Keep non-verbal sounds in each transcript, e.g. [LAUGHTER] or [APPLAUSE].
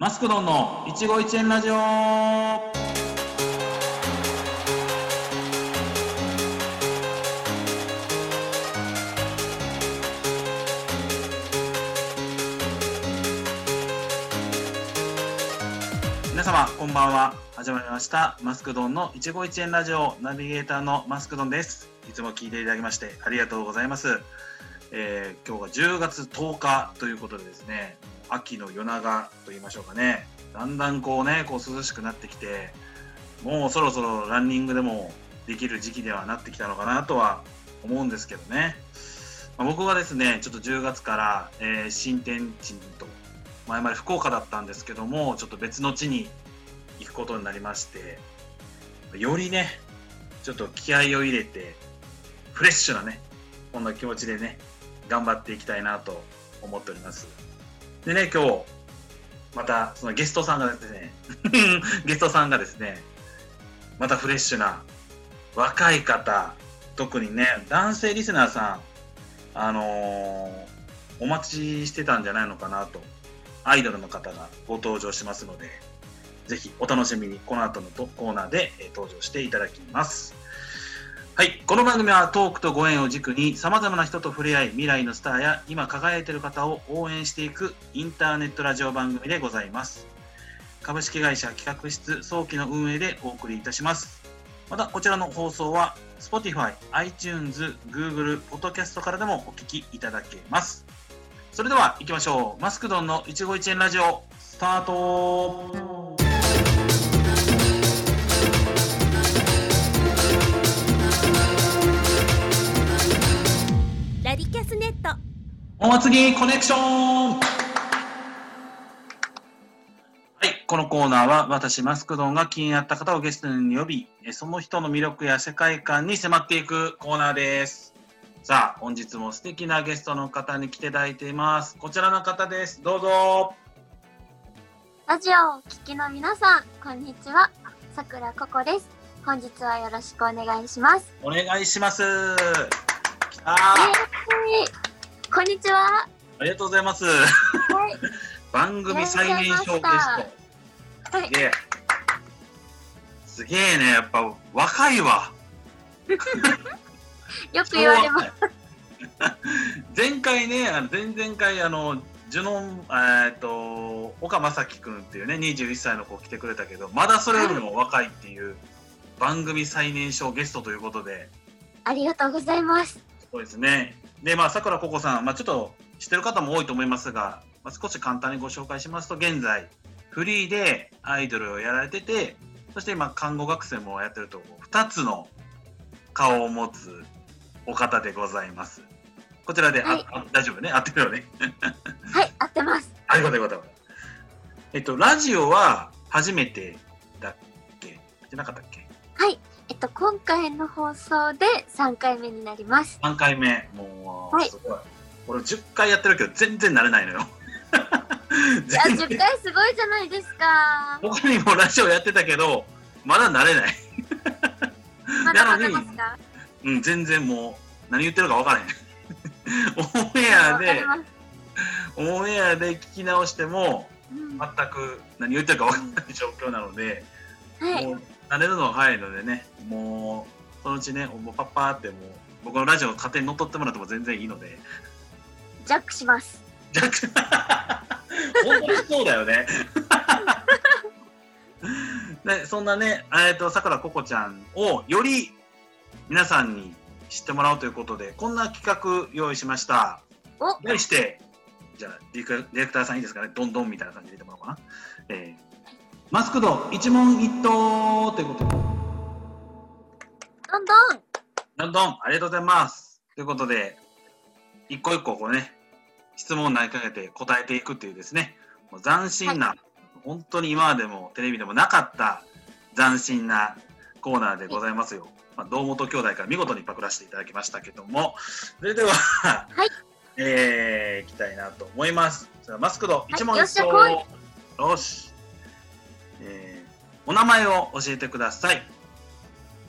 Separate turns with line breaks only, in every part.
マスクドンの一期一会ラジオ皆様こんばんは始まりましたマスクドンの一期一会ラジオナビゲーターのマスクドンですいつも聞いていただきましてありがとうございます、えー今日が10月10日ということでですね秋の夜長と言いましょうかねだんだんこうねこう涼しくなってきてもうそろそろランニングでもできる時期ではなってきたのかなとは思うんですけどね、まあ僕はですねちょっと10月から、えー新天地にと前まで福岡だったんですけどもちょっと別の地に行くことになりましてよりねちょっと気合を入れてフレッシュなねこんな気持ちでね頑張っていきたいなと思っておりますでね、今日、また、そのゲストさんがですね、 [LAUGHS] ゲストさんがですね、またフレッシュな、若い方、特にね、男性リスナーさん、あのーお待ちしてたんじゃないのかなと、アイドルの方がご登場しますので、ぜひお楽しみに、この後のとコーナーで、えー登場していただきます。はい。この番組はトークとご縁を軸に様々な人と触れ合い、未来のスターや今輝いている方を応援していくインターネットラジオ番組でございます。株式会社企画室早期の運営でお送りいたします。また、こちらの放送は Spotify、iTunes、Google、Podcast からでもお聞きいただけます。それでは行きましょう。マスクドンの一期一会ラジオ、スタート
ラディキャスネット
お祭りコネクションはい、このコーナーは私、マスクドンが気になった方をゲストに呼び、えその人の魅力や世界観に迫っていくコーナーです。さあ、本日も素敵なゲストの方に来ていただいています。こちらの方です。どうぞ。
ラジオをお聞きの皆さん、こんにちは。さくらここです。本日はよろしくお願いします。
お願いします。来た
イ
ー
エーイこんにちは。
ありがとうございます。
はい。
番組最年少ゲスト。
はい
すげえ。すげえね、やっぱ若いわ。
よく言われます。
[LAUGHS] 前回ね、あの前々回、あの、ジュノン、えーっと、岡正樹君っていうね、21歳の子来てくれたけど、まだそれよりも若いっていう、番組最年少ゲストということで、
ありがとうございます。
そうですね。で、まあ、さくらここさん、まあ、ちょっと知ってる方も多いと思いますが、まあ、少し簡単にご紹介しますと、現在、フリーでアイドルをやられてて、そして今、看護学生もやってると、2つの顔を持つお方でございます。こちらで、あ
はい
あ大丈夫ね合ってるよね。 [LAUGHS]
はい、合ってます。
ありがとうございます。えっと、ラジオは初めてだっけじゃなかったっけ
はい。えっと、今回の放送で3回目になります。
3回目もう、
はい
すごい俺10回やってるけど全然慣れないのよ
い [LAUGHS] や、
全然
10回すごいじゃないですか。
他にもラジオやってたけどまだ慣れない、
まだわかりますか
うん、全然もう何言ってるか分からへんオンエア
わかり
で
ます。
オンエアで聞き直しても
うん
全く何言ってるか分からない状況なので、
はい
も。う慣れるのは早いのでねもうそのうちねもうパッパーってもう僕のラジオ勝手に乗っ取ってもらっても全然いいので
ジャックします。
じゃあ本当にそうだよね。 [LAUGHS] ね、そんなね、えっと、さくらここちゃんをより皆さんに知ってもらおうということで、こんな企画用意しました。
お
題して、じゃあ、ディレクディレクターさんいいですかね、どんどんみたいな感じで入れてもらおうかな。えーマスクド一問一答ということで、
どんどん。
どんどんありがとうございます。ということで、一個一個こうね、質問を投げかけて答えていくっていうですね、もう斬新な、
は
本当に今までもテレビでもなかった斬新なコーナーでございますよ。まあ、堂本兄弟から見事にパクらせていただきましたけども、それでは、
い
えー、いきたいなと思います。それではマスクド、一問
よっ
一
しゃ
答。
来
よし、えーお名前を教えてください。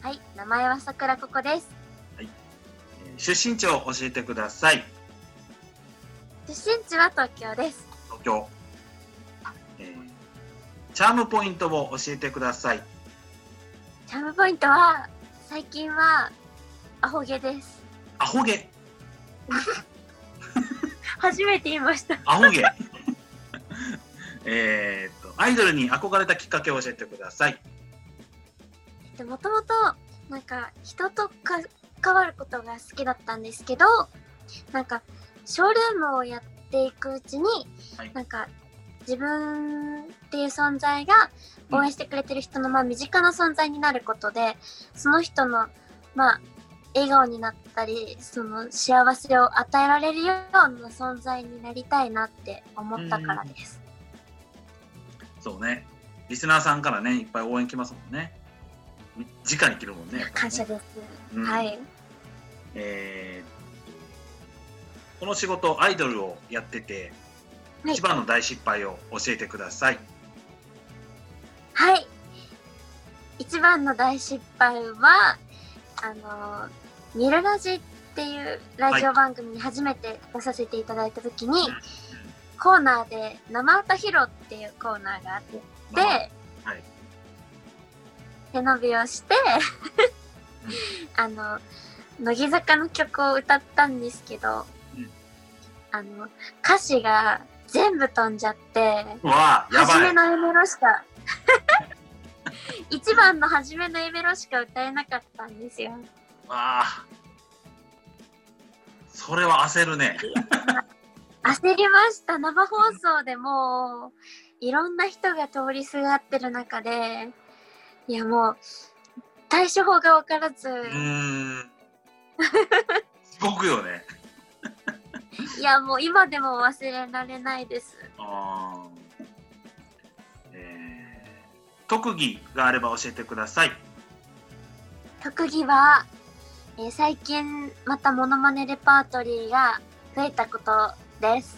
はい。名前はさくらここです。
えー出身地を教えてください。
出身地は東京です。
東京、えーチャームポイントを教えてください。
チャームポイントは最近はアホ毛です。
アホ毛、
初めて言いました。
アホ毛。えーっと、アイドルに憧れたきっかけを教えてください。
でもともとなんか人とか関わることが好きだったんですけどなんかショールームをやっていくうちに、
はい
なんか自分っていう存在が応援してくれてる人のまあ身近な存在になることでその人のまあ笑顔になったりその幸せを与えられるような存在になりたいなって思ったからです。
そうね。リスナーさんからね、いっぱい応援来ますもんね。み直に来るもんね。やっぱりね
感謝です、
うん
はい
えーこの仕事アイドルをやってて、
はい
一番の大失敗を教えてください
はい。一番の大失敗は、あの、ミルラジっていうラジオ番組に初めて出させていただいたときに、コーナーで生歌披露っていうコーナーがあっ
ま
て、
あはい
手伸びをして、 [LAUGHS] あの、乃木坂の曲を歌ったんですけど、
うん
あの、歌詞が全部飛んじゃって、
うわあや
初
ば
め
い
の夢ろしか [LAUGHS] 一番の初めの夢ろしか歌えなかったんですよ
わあそれは焦るね
焦りました生放送でもういろんな人が通りすがってる中でいやもう対処法が分からず、
うーんすごくよね
いやもう今でも忘れられないです
あーえー特技があれば教えてください
特技は、えー最近またモノマネレパートリーが増えたことです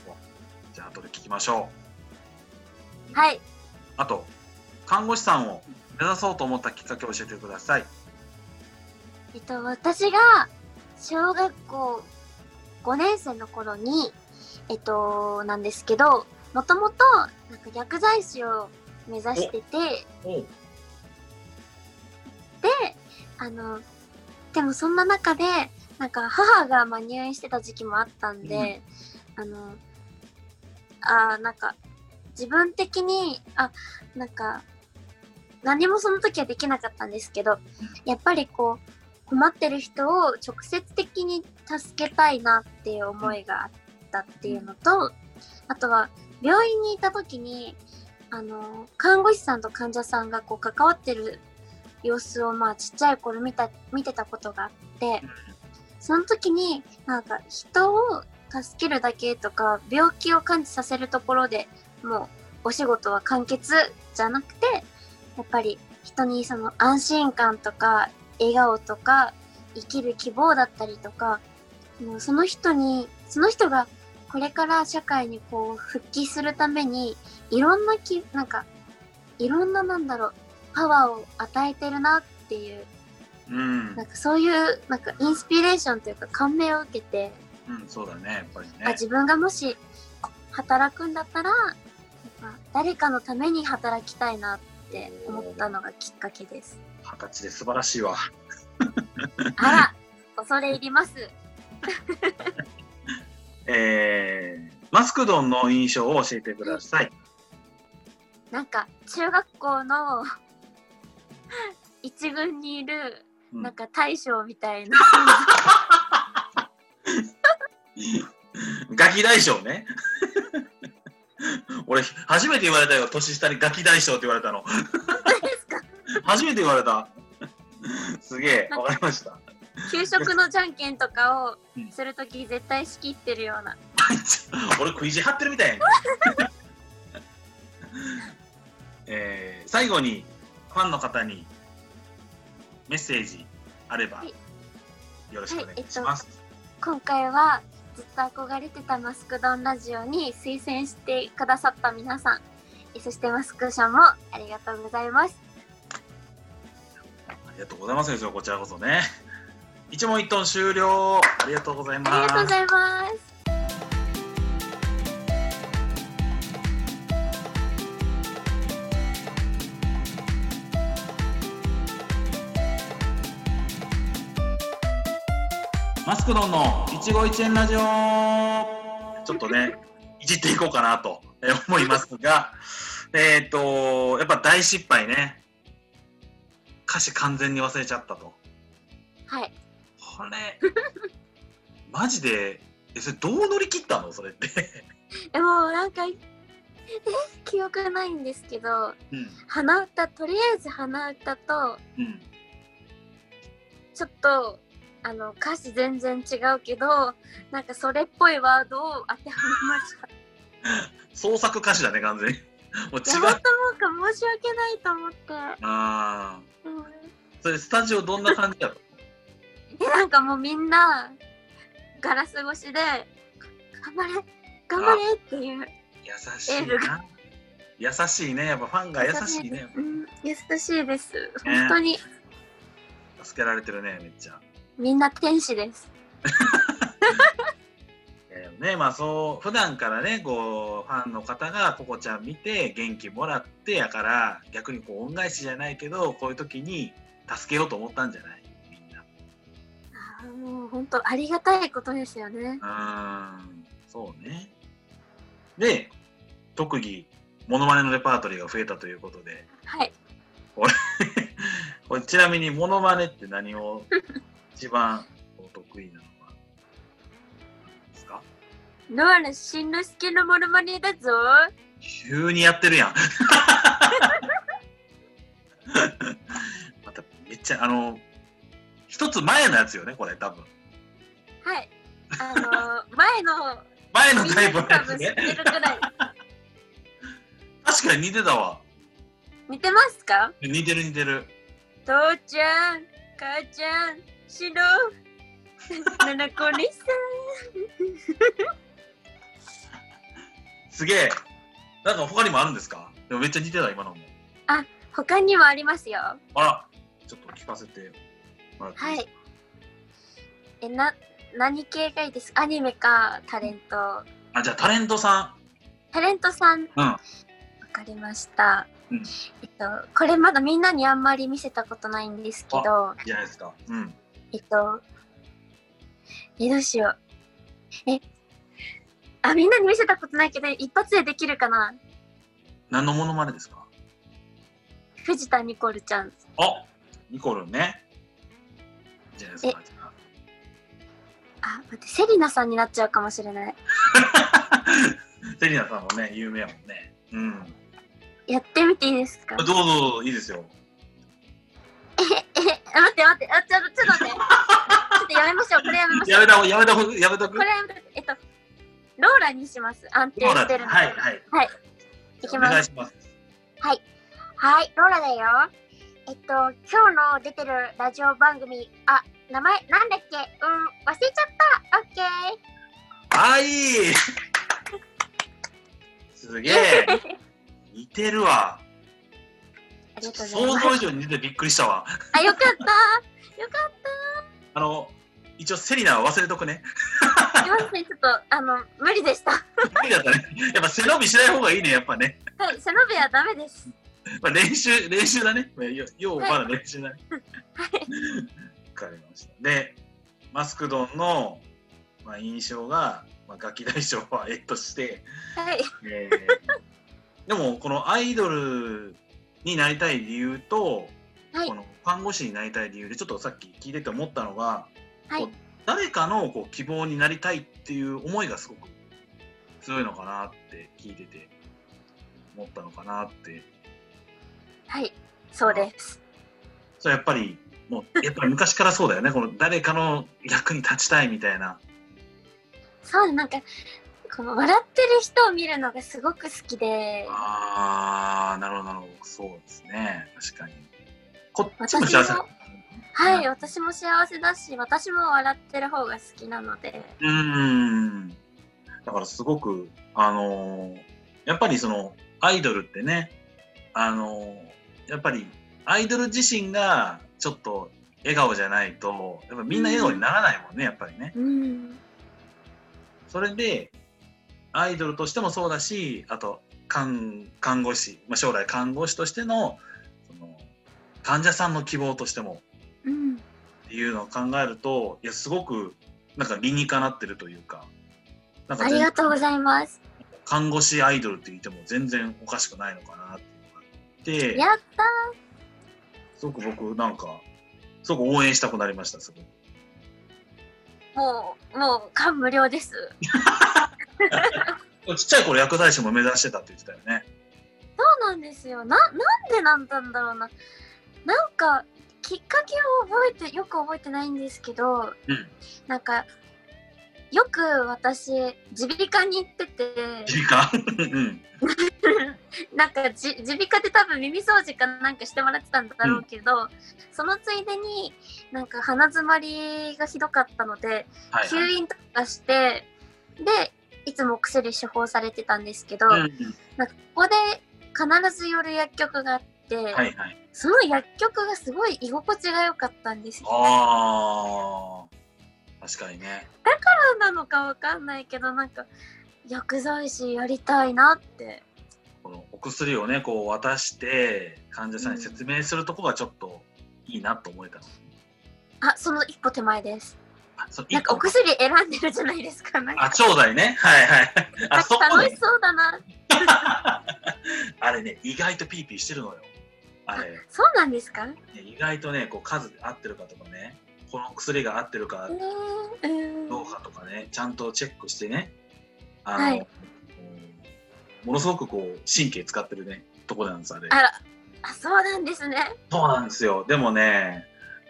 じゃあ後で聞きましょう
はい
あと看護師さんを目指そうと思ったきっかけを教えてください
えっと、私が小学校5年生の頃に、えっと、なんですけど、もともと、なんか薬剤師を目指してて、
おう
あの、でもそんな中で、なんか母がまあ入院してた時期もあったんで、あの、あーなんか、自分的に、あ、なんか、何もその時はできなかったんですけど、やっぱりこう、困ってる人を直接的に助けたいなっていう思いがあったっていうのと、あとは、病院にいた時に、あの、看護師さんと患者さんがこう関わってる様子をまあちっちゃい頃見た見てたことがあってその時になんか人を助けるだけとか病気を感じさせるところでもうお仕事は完結じゃなくてやっぱり人にその安心感とか笑顔とか生きる希望だったりとかもうその人にその人がこれから社会にこう復帰するためにいろんなきなんかいろんななんだろうパワーを与えてるなっていう
うん
なんかそういうなんかインスピレーションというか感銘を受けて、
うん、そうだね、やっぱりね。
あ自分がもし働くんだったらなんか誰かのために働きたいなって思ったのがきっか
[LAUGHS]
けです。
二十歳で素晴らしいわ。
あら恐れ入ります。
えー、マスクドンの印象を教えてください。
なんか中学校の [LAUGHS] 一軍にいる
うん
なんか大将みたいな、 [LAUGHS]
ガキ大将ね。 [LAUGHS] 俺、初めて言われたよ、年下にガキ大将って言われたの。
何ですか
初めて言われた。すげえ、わかりました。 [LAUGHS]
給食のじゃんけんとかをするとき絶対仕切ってるような
俺、食い地張ってるみたいやん。えー、最後に、ファンの方にメッセージあれば
はい、
よろしくお願いします。
今回はずっと憧れてたマスクドンラジオに推薦してくださった皆さんえそしてマスク社もありがとうございます
ありがとうございますですよ、こちらこそね。一問一答終了。ありがとうございます。
ありがとうございます
マスクドンの一期一会ラジオちょっとね、いじっていこうかなとえー思いますが、 [LAUGHS] えっと、やっぱ大失敗ね。歌詞完全に忘れちゃったと。
はい。
これ、 [LAUGHS] マジで、え、それどう乗り切ったのそれって。
え、もうなんか、え、記憶ないんですけど、
うん。
鼻歌、とりあえず鼻歌と、
うん。
ちょっと、あの、歌詞全然違うけど、なんかそれっぽいワードを当てはめました。
創作歌詞だね、完全に。もう
いや、
違
本
う。
当なんか申し訳ないと思って。
あー
うん
それスタジオどんな感じやろ [LAUGHS]
え、なんかもうみんな、ガラス越しで、頑張れ頑張れっていう、
優しいな。優しいね。やっぱファンが優しいね。
うん、優しいです。本当に、
助けられてるね、めっちゃ。
みんな天使です。
えーねまあ、そう普段からねこうファンの方がココちゃん見て元気もらってやから逆にこう恩返しじゃないけどこういう時に助けようと思ったんじゃないみん
あーもう本当ありがたいことですよね。
な。うーんそうねで特技モノマネのレパートリーが増えたということで [LAUGHS]
はい。
これちなみにモノマネって何を一番お得意なのかですか
ノアのしんのすけのモノマネだぞ。
急にやってるやん。 [LAUGHS] まためっちゃあの一つ前のやつよねこれ多分
はい。あのー、前の
前の
みん
タイプ
な
のや
多
つ
分知
ね
ってるくらい。
確かに似てたわ
似てますか
似てる似てる
父ちゃん、母ちゃん、しろ。 [LAUGHS] ななこにさ
すげえなんか他にもあるんですかでもめっちゃ似てた今のも
ん。他にもありますよ。
あらちょっと聞かせてもらって
はい
い
い。え、な、何系がいいですアニメかタレント。
あじゃあタレントさ
タレントさ
ん
ん、
うん
わかりました。
うん
えっと、これまだみんなにあんまり見せたことないんですけど、
じゃないですかうん
えっと、え、どうしよう。え、あ、みんなに見せたことないけど、一発でできるかな
何のモノマネですか
藤田ニコルちゃん。
あニコルンねじゃないですかじゃあ
あ、待って、セリナさんになっちゃうかもしれない。
[LAUGHS] セリナさんもね、有名やもんね。うん。
やってみていいですか
どうぞどうぞ、いいですよ。
え、え、あ待って待って、あ、ちょっと、ちょっと待って。ちょっとやめましょう、これやめましょ
や
う
め。たほう、やめたほう、やめたほ
これやめとくえっと、ローラにします。安定してるので。
はい、はい。
は
じゃ
い。い
あ
き
お
ます
願いします。
はい。はい、ローラだよ。えっと、今日の出てるラジオ番組、あ、名前なんだっけうん、忘れちゃった。オッケー。
はい。 [LAUGHS] すげえ。似てるわ。
あり
想
がとうござい
像
ま
以
す。
上に似ててびっくりしたわ。
あ、よかった。よか
あの、一応セリナは忘れとくね。
った。すいません、ちょっと、あの、無理でした。は
無理だったね。やっぱ背伸びしない方がいいね、やっぱね。
い、背伸びはダメです。
まあ、練習、練習だね。まあよよう、まだ練習だね。
は
わ
い。
かりました。で、マスクドンの、まあ、印象が、まあ、ガキ大将はええとして、
はい。
えーでもこのアイドルになりたい理由と、
はい
この看護師になりたい理由でちょっとさっき聞いてて思ったのが、
はい
こう誰かのこう希望になりたいっていう思いがすごく強いのかなって聞いてて思ったのかなって
はい。そうです。
それやっぱりもうやっぱり昔からそうだよねこの誰かの役に立ちたいみたいな。
そう、なんか、この笑ってる人を見るのがすごく好きで。
ああ、なるほど、なるほど。そうですね。確かに。こっちも
私
幸せ。
もはい、
う
私も幸せだし、私も笑ってる方が好きなので。
うーん。だからすごく、あのーやっぱりその、アイドルってね、あのーやっぱり、アイドル自身がちょっと笑顔じゃないと、やっぱみんな笑顔にならないもんね、やっぱりね。
うん。
それで、アイドルとしてもそうだし、あと、看看護師、まあ、将来看護師としての、その、患者さんの希望としても、
うん。
っていうのを考えるといやすごくなんか理にかなってるというか、なんか
あ
全
りがとうございます。
看護師アイドルって言っても全然おかしくないのかなっていうのがあって、
やった
すごく僕なんか、すごく応援したくなりました、すごく。
ーもう、もう感無量です。
ちっちゃい頃薬剤師も目指してたって言ってたよね。
そうなんですよ。な、なんでなんだんだろうな。なんか、きっかけを覚えて、よく覚えてないんですけど、
うん。
なんか、よく私、耳鼻科に行って [LAUGHS] て、
耳鼻科 [LAUGHS] うん。
なんかじ耳鼻科で多分耳掃除かなんかしてもらってたんだろうけど、そのついでになんか鼻詰まりがひどかったので
はい、
吸
はい。
引とかしてでいつもお薬処方されてたんですけど、
うん
なんかここで必ず寄る薬局があって、
うん、はいはい。
その薬局がすごい居心地が良かったんですよ
ああ、確かにね。
何なのかわかんないけどなんか薬剤師やりたいなって
このお薬をね、こう渡して患者さんに説明するとこがちょっといいなと思えたの。
あその一歩手前です
あ、そう、
なんかお薬選んでるじゃないですかなんか
あ、ちょうだいね。はいはい。あ、そこ
楽
ね
し。そうだな。
[LAUGHS] あれね、意外とピーピーしてるのよ。あれ、ね、
そうなんですか。ね
意外とね、こう数合ってるかとかね、この薬が合ってるか
えうん。
どうかとかね、ちゃんとチェックしてね、あの、
はい
うんものすごくこう神経使ってるね、とこなんです、あれ。
あら、あ、そうなんですね。
そうなんですよ。でもね、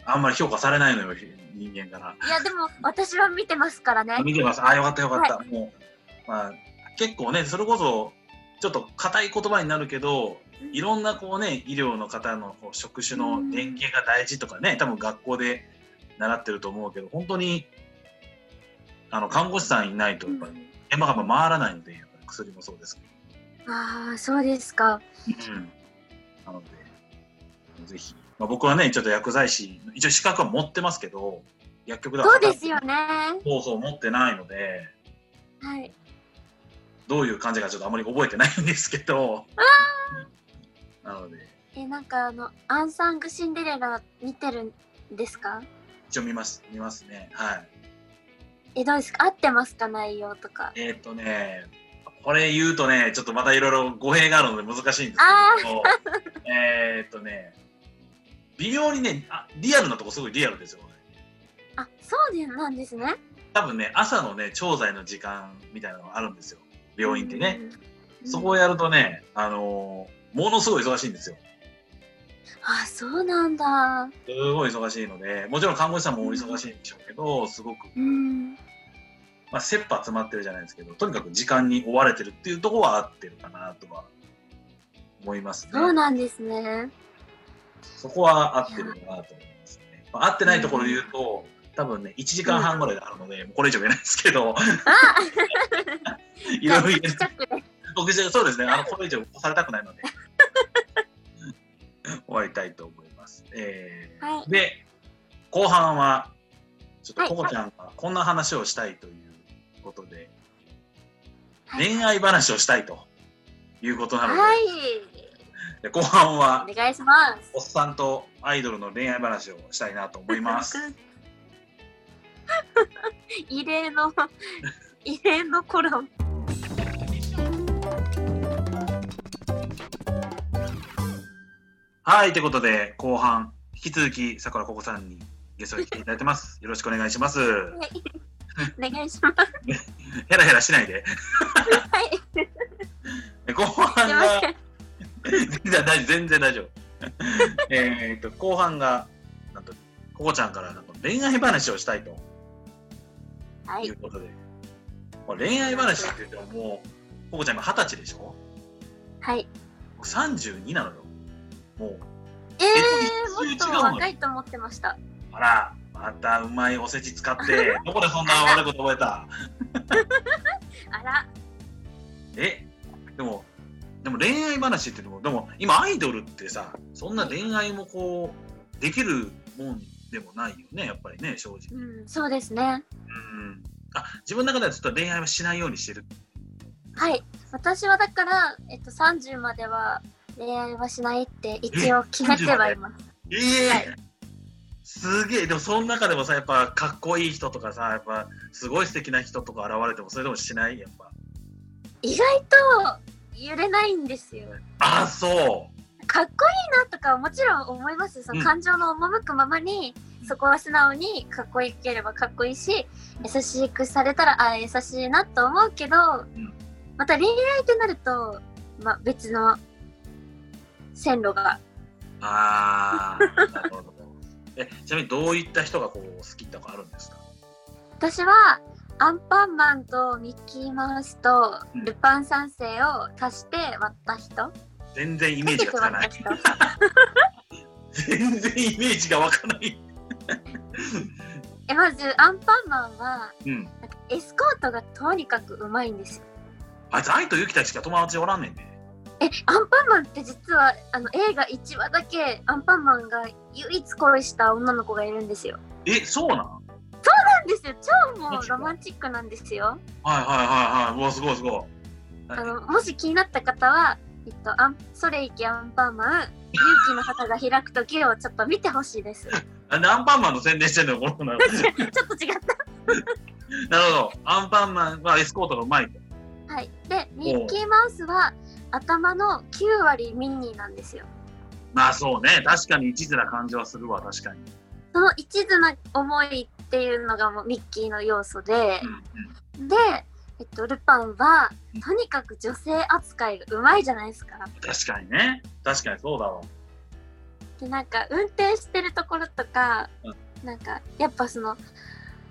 あんまり評価されないのよ、人間から。
いや、でも、私は見てますからね。
見てます。あ、よかったよかった。もう、まあ、結構ね、それこそ、ちょっと硬い言葉になるけど、いろんなこうね、医療の方のこう職種の連携が大事とかね、多分学校で習ってると思うけど、本当に、あの、看護師さんいないと、やっぱり、現場が回らないので、やっぱり薬もそうですけ
ああ、そうですか。
ど。うん。なので、ぜひ。まあ、僕はね、ちょっと薬剤師、一応資格は持ってますけど、薬局では
そうですよね。
そうそう、持ってないので、
はい。
どういう感じかちょっとあまり覚えてないんですけど。なので、
え、なんか、あの、アンサングシンデレラ見てるんですか。
一応見ます、見ますね。はい。
え、どうですか。合ってますか、内容とか。
えーっ、とね、これ言うとね、ちょっとまたいろいろ語弊があるので難しいんです
あ
けど、 [LAUGHS] えーっとね、微妙にねあ、リアルなとこすごいリアルですよ。
あ、そうでなんですね。
多分ね、朝のね、調剤の時間みたいなのがあるんですよ。病院ってね。
うん。
そこをやるとね、あのーものすごい忙しいんですよ。
あ、そうなんだ。
すごい忙しいので、もちろん看護師さんもお忙しいんでしょうけど、すごく
うん。
まあ、切羽詰まってるじゃないですけどとにかく時間に追われてるっていうところは合ってるかなとは思いますね
そうなんですね。
そこは合ってるかなと思いますね、まあ、合ってないところで言うと、多分ね1時間半ぐらいあるので、もうこれ以上言えないですけ [LAUGHS] ど
あ、
いろいろ言え
じゃあちっちゃくね
僕じゃそうですねあのこれ以上起こされたくないので [LAUGHS] 終わりたいと思います、えー
はい
で後半はちょっ
は
と
い
ココちゃんがこんな話をしたいということで、
はい
恋愛話をしたいということなので、
はい。
で後半は
お願いします。
おっさんとアイドルの恋愛話をしたいなと思い
[LAUGHS]
ます。
異
[LAUGHS]
例の異例のコラボ。
はい、ということで後半引き続きさくらここさんにゲストに来ていただいてます。よろしくお願いします。
お願いします。
ヘラヘラしないで。
はい。す
で後
み
半
ま
が
せん。
全然大丈夫全然大丈夫。 [LAUGHS] えっと後半がなんとここちゃんからなんか恋愛話をしたいと。
はいいう
ことで、これ恋愛話って言ってももうここちゃん今二十歳でしょ？
はい。
僕32なのよ。もう
ええ
え
ー、もっと若いと思ってました。
あら、またうまいおせち使って、どこでそんな悪いこと覚えた
あら、
え、でも、でも恋愛話っていうのも、でも今アイドルってさ、そんな恋愛もこう、できるもんでもないよね、やっぱりね、正直。
うん、そうですね。
うん。あ、自分の中ではちょっと恋愛はしないようにしてる。
はい。私はだからえっと三十までは恋愛はしないって一応決めてはいます。
ええ
はい
すげえ、でもその中でもさ、やっぱかっこいい人とかさ、やっぱすごい素敵な人とか現れても、それでもしないやっぱ。
[LAUGHS] 意外と揺れないんですよ
あ、そ
かっこいいなとかはもちろん思いますその
うん
感情の赴くままに、そこは素直にかっこよければかっこいいし優しくされたらあー優しいなと思うけど、
ん
また恋愛ってなると、まあ、別の線路が
う。あー、なるほど。え、ちなみにどういった人がこう好きとかあるんですか
私はアンパンマンとミッキーマウスと
うん
ルパン三世を足して割った人、
全然イメー
足
ジ
し
が
て
つか
割っ
な
た
い。
人
全然イメージがわかない。
[LAUGHS] えまずアンパンマンは
うん。
なんかエスコートがとにかくうまいんですよ
あいつ、愛とユキたちしか友達おらんねんで。
えアンパンマンって実はあの映画1話だけアンパンマンが唯一恋した女の子がいるんですよ
え、そうなん
なんですよ超もうロマンチックなんですよ
はいはいはいはい。うわ、すごいすごい。
あのもし気になった方はえっと、アンソレイキアンパンマン勇気の旗が開く時をちょっと見てほし
[LAUGHS]
いですちょ
なんでアンパンマンの宣伝してんのよ、
[LAUGHS]
このななる
っと違っ
ほど。アンパンマンはエスコートがうまいと。
たはいでミッキーマウスは頭の9割ミンニーなんですよ
まあそうね。確かに一途な感じはするわ、確かに。
その一途な思いっていうのがもうミッキーの要素で
うんうん、
で、えっと、ルパンはとにかく女性扱いがうまいじゃないですか。
確かにね。確かにそうだわ。
でなんか運転してるところとか、なんかやっぱその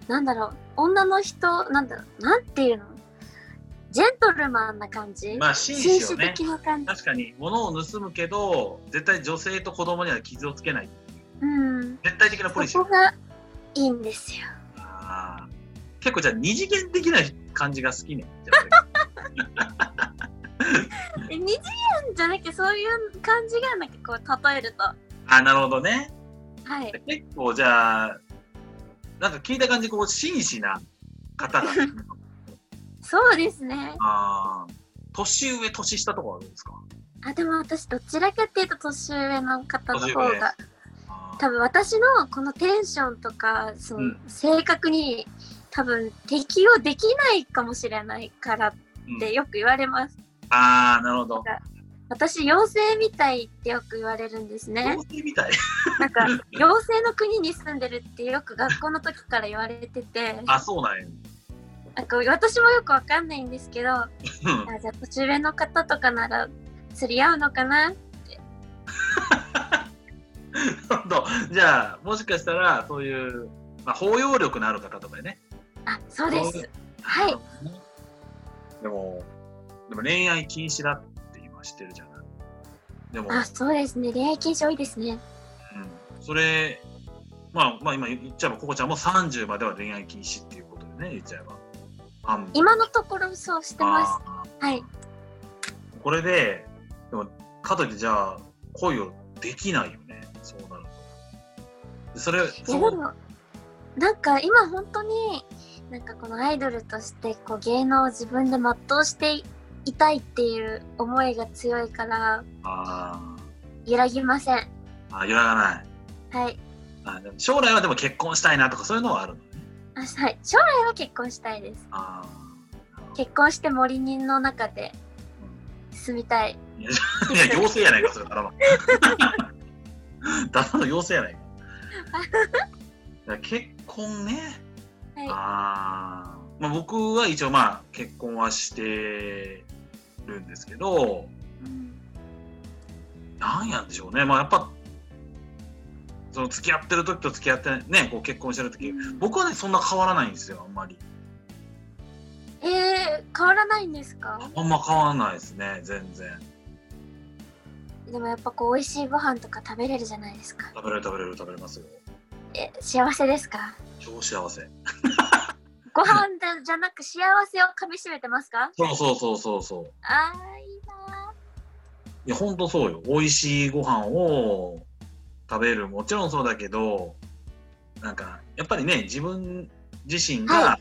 なんだろう女の人なんだろうなんていうのジェントルマンな感じ、
まあ紳
紳
士
士
よね。
的な感じ。
確かに物を盗むけど、絶対女性と子供には傷をつけない。
うん、
絶対的なポリシ
そ
ー
こ。がいいんですよ。
あー結構じゃあ二次元的な感じが好きね。じゃ
え二次元じゃなくてそういう感じがなんかこう例えると
ああ、なるほどね。
はい
結構じゃあ、なんか聞いた感じ、こう、紳士な方が。
そうですね。
あー年上、年下とかはどうですか
あでも私どちらかっていうと年上の方の方
年上
が
あー
多分私のこのテンションとかその、
うん
性格に多分適応できないかもしれないからっ
うん
てよく言われます、
あー、なるほど。
私妖精みたいってよく言われるんですね
妖精みたい。
なんか妖精の国に住んでるってよく学校の時から言われてて
あ、そうなんや。
なんか私もよくわかんないんですけどあ
うん
じゃあ年上の方とかなら釣り合うのか
な
な
るほどじゃあ、もしかしたら、そういう、まあ、包容力のある方とかね。
あそうですはい
でも、でも恋愛禁止だって今知ってるじゃない。でも、
あそうですね恋愛禁止多いですね
うん、それ、まあ、まあ、今言っちゃえば、ここちゃんも30までは恋愛禁止っていうことでね、言っちゃえば。半分
今のところそうしてます
あ
はい
ーこれで、でも、かといってじゃあ、恋をできないよね、そうなると。それ、
いや
そ
で
う
もなんか今本当になんかこのアイドルとしてこう芸能を自分で全うしていたいっていう思いが強いから
あ
揺らぎません
ーあー、揺らがない。
はい
あーでも将来はでも結婚したいなとか、そういうのはあるのね。
あはい将来は結婚したいです
あ
結婚して森人の中で住みたい
ーいや、妖精やないか、それ [LAUGHS] からは。ただの妖精やない
[LAUGHS]
か。いや結婚ね。
はい
あーまあ、僕は一応まあ結婚はしてるんですけど
うん
なんやんでしょうねまあやっぱその付き合ってる時と付き合ってないねこう結婚してる時僕はねそんな変わらないんですよあんまり
えー、変わらないんですか
あんま変わらないですね全然
でもやっぱこう美味しいご飯とか食べれるじゃないですか
食べれる食べれる食べれますよ
え幸せですか
超幸せ
ご飯だじゃなく幸せをかみしめてますか
そうそうそうそうそう
あーいいない
やほんとそうよ美味しいご飯を食べるもちろんそうだけどなんかやっぱりね自分自身が、
は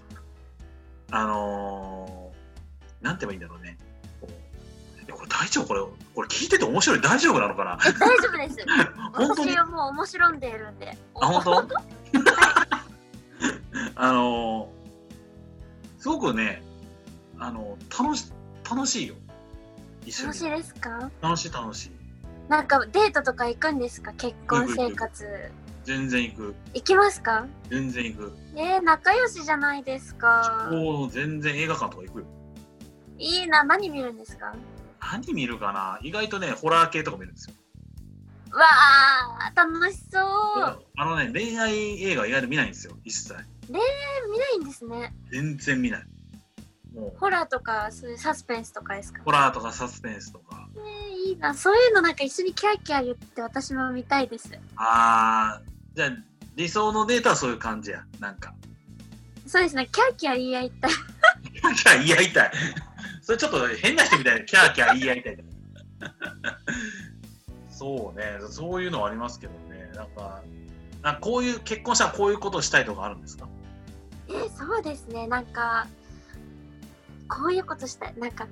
あのーなんて言えばいいんだろうねこういやこれ大丈夫これこれ聞いてて面白い大丈夫なのかな
え大丈夫です
[LAUGHS] 本当に
私はもう面白んでいるんで
あ本当 [LAUGHS] あのーすごくねあの楽し楽しいよ一緒
楽
に
しいですか
楽しい楽しい
なんかデートとか行くんですか結婚生活
全然行く
行きますか
全然行く
えー、仲良しじゃないですか
もう全然映画館とか行くよ
いいな何見るんですか
何見るかな意外とねホラー系とか見るんですよ
わあ楽しそう
あのね恋愛映画意外と見ないんですよ一切
え見ないんですね
全然見ないもう
ホラーとかそういうサスペンスとかですか
ホラーとかサスペンスとか
えーいいなそういうのなんか一緒にキャーキャー言って私も見たいです
あーじゃあ理想のデータはそういう感じやなんか [LAUGHS]
そうですねキャーキャー言い合いたい
キャーキャー言い合いた [LAUGHS] い。それちょっと変な人みたいな、キャーキャー言い合いた [LAUGHS] い。そうね、そういうのはありますけどね、なんか、なんかこういう、結婚したらこういうことをしたいとかあるんですか
えー [LAUGHS] そうですねなんかこういうことしたいなんか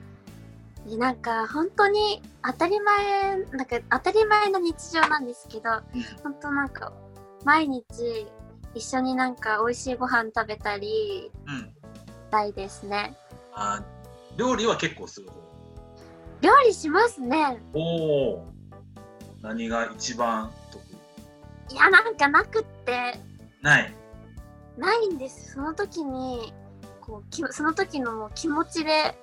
えなんか本当に当たり前なんか当たり前の日常なんですけど本当なんか毎日一緒になんか美味しいご飯食べたり
うん。
したいですね
あ料理は結構する方。
料理しますね
おお。何が一番得意
いやなんかなくって
ない。
ないんですその時にこうきその時のもう気持ちで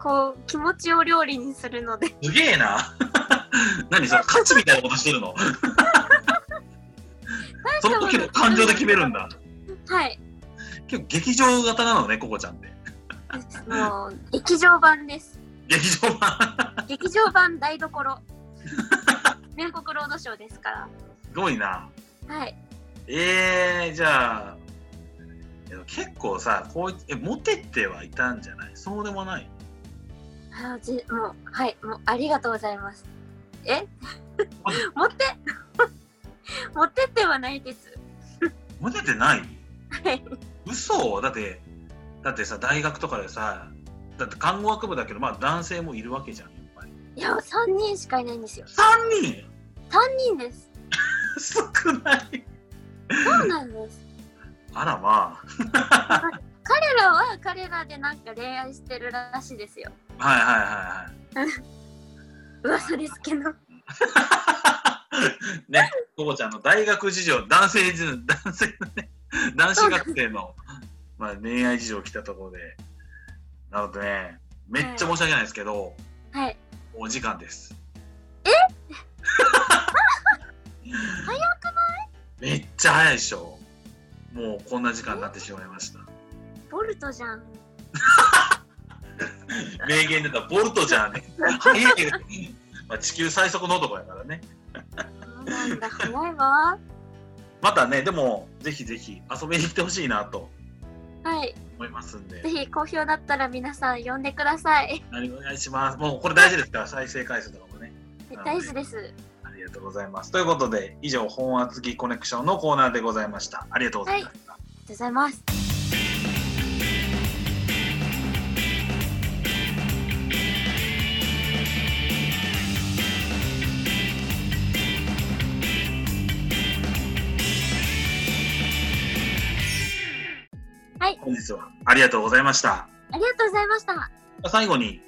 こう気持ちを料理にするので [LAUGHS]
すげえな。 [LAUGHS] 何 [LAUGHS] それ、勝ちみたいなことしてるのその時の感情で決めるんだ。
はい
結構劇場型なのね、ココちゃんって。
もう劇場版です
劇場版。
劇場版台所米国ロードショーですか
すごいな。
らはい
えー、じゃあ、えっと結構さ、こういえ、モテてはいたんじゃないそうでもない。
あじもうはいもうありがとうございますえモ [LAUGHS] テモテてはないです
モテてない
はい
嘘だって、だってさ、大学とかでさ、だって看護学部だけど、まあ男性もいるわけじゃん、やっぱり。
いや3人しかいないんですよ
3人
3人です
少ない。
そうなんです
あらま
彼らは彼らでなんか恋愛してるらしいですよ
あ。はいはいはいはい。
噂ですけど
ね、コボちゃんの大学事情、男性事情、男性のね、男子学生の、まあ、恋愛事情を来たところで、なのでね、めっちゃ申し訳ないですけど、
はい
お時間です。 [LAUGHS] え
早
くないめっちゃ早いでしょ。もうこんな時間になってしまいました。
ボルトじゃん
名言出た、ボルトじゃんね。早いよまあ地球最速の男やからね。
そうなんだ早いわ
またね、でも、ぜひぜひ遊びに来てほしいなと
はい
思いますんで
ぜ。ひ好評だったら皆さん呼んでください
はいお願いします。もうこれ大事ですから、再生回数とかもね。
大事です
ありがとうございます。ということで、以上、本厚木コネクションのコーナーでございました。ありがとうございました。
ありがとうございます。
本日はありがとうございました。
ありがとうございました。
最後に、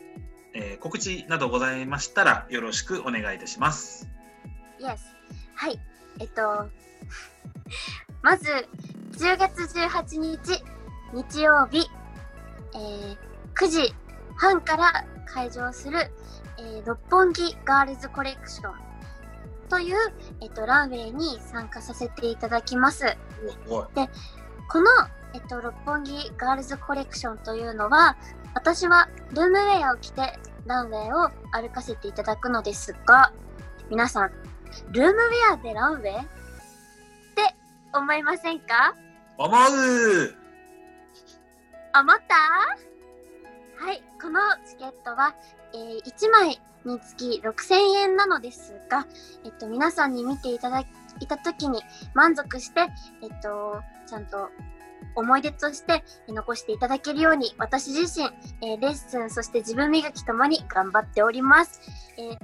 えー告知などございましたら、よろしくお願いいたします。
Yes。はい。えっと、 [LAUGHS] まず、10月18日、日曜日、えー9時半から開場する、えー六本木ガールズコレクションという、えっと、ランウェイに参加させていただきます。
おすごい。
この、えっと、六本木ガールズコレクションというのは私はルームウェアを着てランウェイを歩かせていただくのですが皆さんルームウェアでランウェイって思いませんか
思う
思ったはいこのチケットは、えー1枚につき6000円なのですが、えっと、皆さんに見ていただいた時に満足して、えっと、ちゃんと思い出としてえー残していただけるように私自身、えーレッスンそして自分磨きともに頑張っております、えー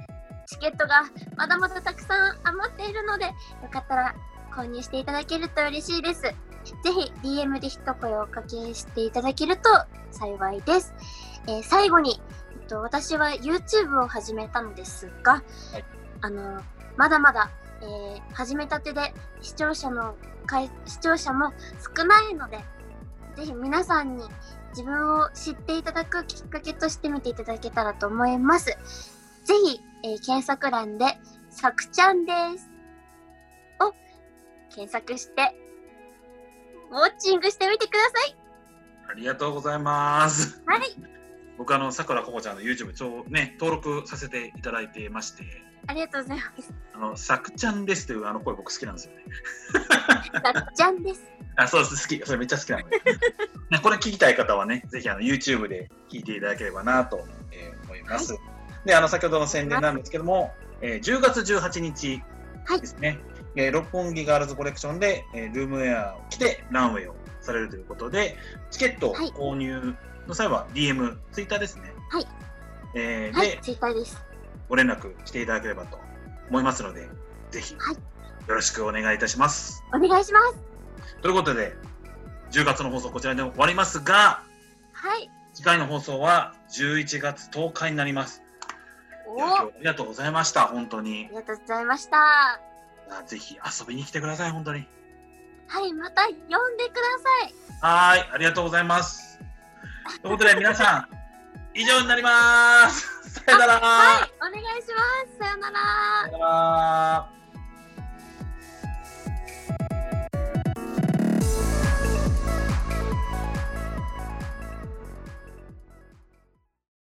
チケットがまだまだたくさん余っているのでよかったら購入していただけると嬉しいですぜひ DM で一声をおかけしていただけると幸いです、えー最後に、えっと、私は YouTube を始めたのですが、
はい
あのまだまだ、えー始めたてで視聴者のかい視聴者も少ないのでぜひ皆さんに自分を知っていただくきっかけとして見ていただけたらと思います。ぜひ、えー検索欄で「さくちゃんです」を検索してウォッチングしてみてください。
ありがとうございます。
はい、
僕あのさくらここちゃんの YouTube ちょうね登録させていただいてまして、
ありがとうございます。
あのさくちゃんですというあの声僕好きなんですよね。
さくちゃんです。
あ、そうです好き。それめっちゃ好きなの
[LAUGHS]
で、ね、これ聞きたい方はね、ぜひあの YouTube で聞いていただければなと、えー思います。で、あの先ほどの宣伝なんですけども、えー10月18日
はい
ですね、えー六本木ガールズコレクションで、えールームウェアを着てランウェイをされるということで、チケット
はい
購入の際は DM、Twitter ですね。
はい
えー
は
で、
い、ツイッターです。
ご連絡していただければと思いますので、ぜひよ
はい
ろしくお願いいたします。
お願いします。
ということで、10月の放送こちらで終わりますが、
はい、
次回の放送は11月10日になります。い
お
や
お、
今日
あ
ありがとうございました、本当に
り。がとうございました。は
あぜひ遊びに来てください、本当に。
い、また呼んでください。
はーい、ありがとうございます。ということで、皆さん、以上になります。さよなら。
はい、お願いします。さよなら。
さよなら。